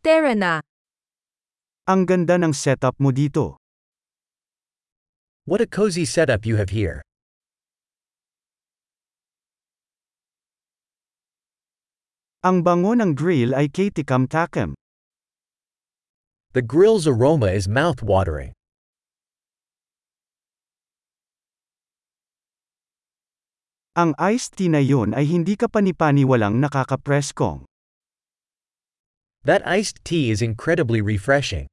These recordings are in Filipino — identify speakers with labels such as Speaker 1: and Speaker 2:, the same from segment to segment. Speaker 1: Tara na.
Speaker 2: Ang ganda ng setup mo dito.
Speaker 3: What a cozy setup you have here.
Speaker 2: Ang bango ng grill ay kitikam takem.
Speaker 3: The grill's aroma is mouth-watering.
Speaker 2: Ang iced tea na yun ay hindi ka panipaniwalang nakakapreskong.
Speaker 3: That iced tea is incredibly refreshing.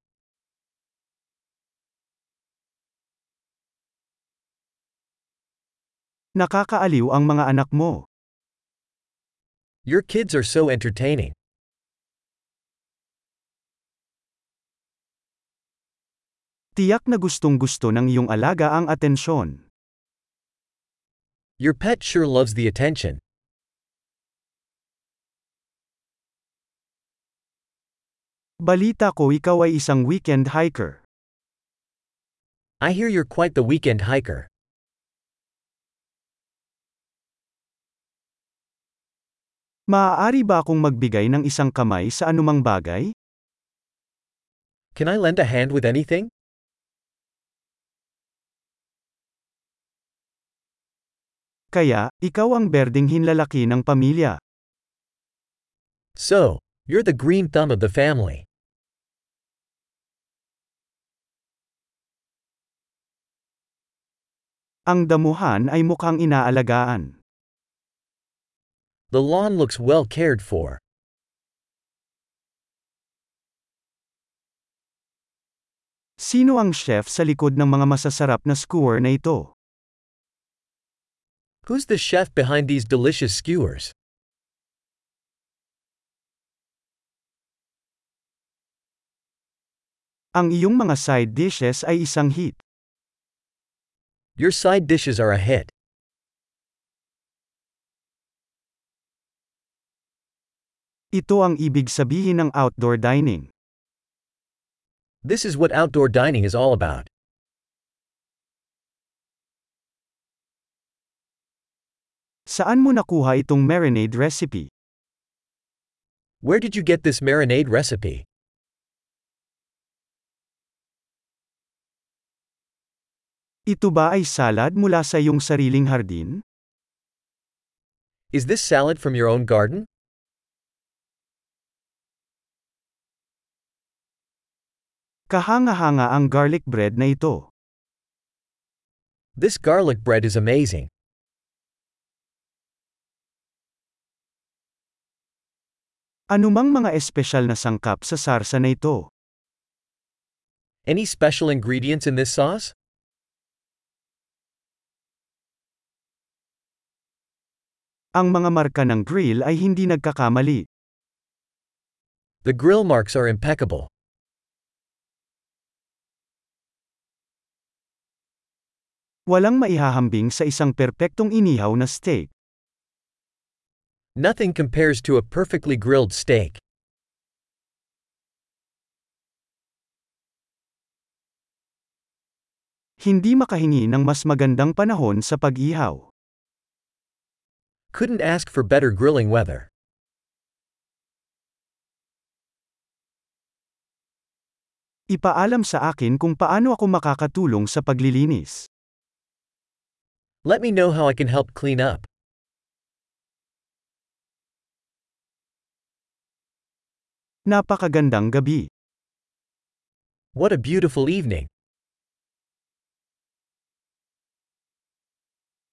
Speaker 2: Nakakaaliw ang mga anak mo.
Speaker 3: Your kids are so entertaining.
Speaker 2: Tiyak na gustong gusto ng iyong alaga ang atensyon.
Speaker 3: Your pet sure loves the attention.
Speaker 2: Balita ko ikaw ay isang weekend hiker.
Speaker 3: I hear you're quite the weekend hiker.
Speaker 2: Maaari ba akong magbigay ng isang kamay sa anumang bagay?
Speaker 3: Can I lend a hand with anything?
Speaker 2: Kaya, ikaw ang berding hinlalaki ng pamilya.
Speaker 3: So, you're the green thumb of the family.
Speaker 2: Ang damuhan ay mukhang inaalagaan.
Speaker 3: The lawn looks well cared for.
Speaker 2: Sino ang chef sa likod ng mga masasarap na skewer na ito?
Speaker 3: Who's the chef behind these delicious skewers?
Speaker 2: Ang iyong mga side dishes ay isang hit.
Speaker 3: Your side dishes are a hit.
Speaker 2: Ito ang ibig sabihin ng outdoor dining.
Speaker 3: This is what outdoor dining is all about.
Speaker 2: Saan mo nakuha itong marinade recipe?
Speaker 3: Where did you get this marinade recipe?
Speaker 2: Ito ba ay salad mula sa iyong sariling hardin?
Speaker 3: Is this salad from your own garden?
Speaker 2: Kahanga-hanga ang garlic bread na ito.
Speaker 3: This garlic bread is amazing.
Speaker 2: Anumang mga espesyal na sangkap sa sarsa na ito?
Speaker 3: Any special ingredients in this sauce?
Speaker 2: Ang mga marka ng grill ay hindi nagkakamali.
Speaker 3: The grill marks are impeccable.
Speaker 2: Walang maihahambing sa isang perpektong inihaw na steak.
Speaker 3: Nothing compares to a perfectly grilled steak.
Speaker 2: Hindi makahingi ng mas magandang panahon sa pag-ihaw.
Speaker 3: Couldn't ask for better grilling weather.
Speaker 2: Ipaalam sa akin kung paano ako makakatulong sa paglilinis.
Speaker 3: Let me know how I can help clean up.
Speaker 2: Napakagandang gabi.
Speaker 3: What a beautiful evening.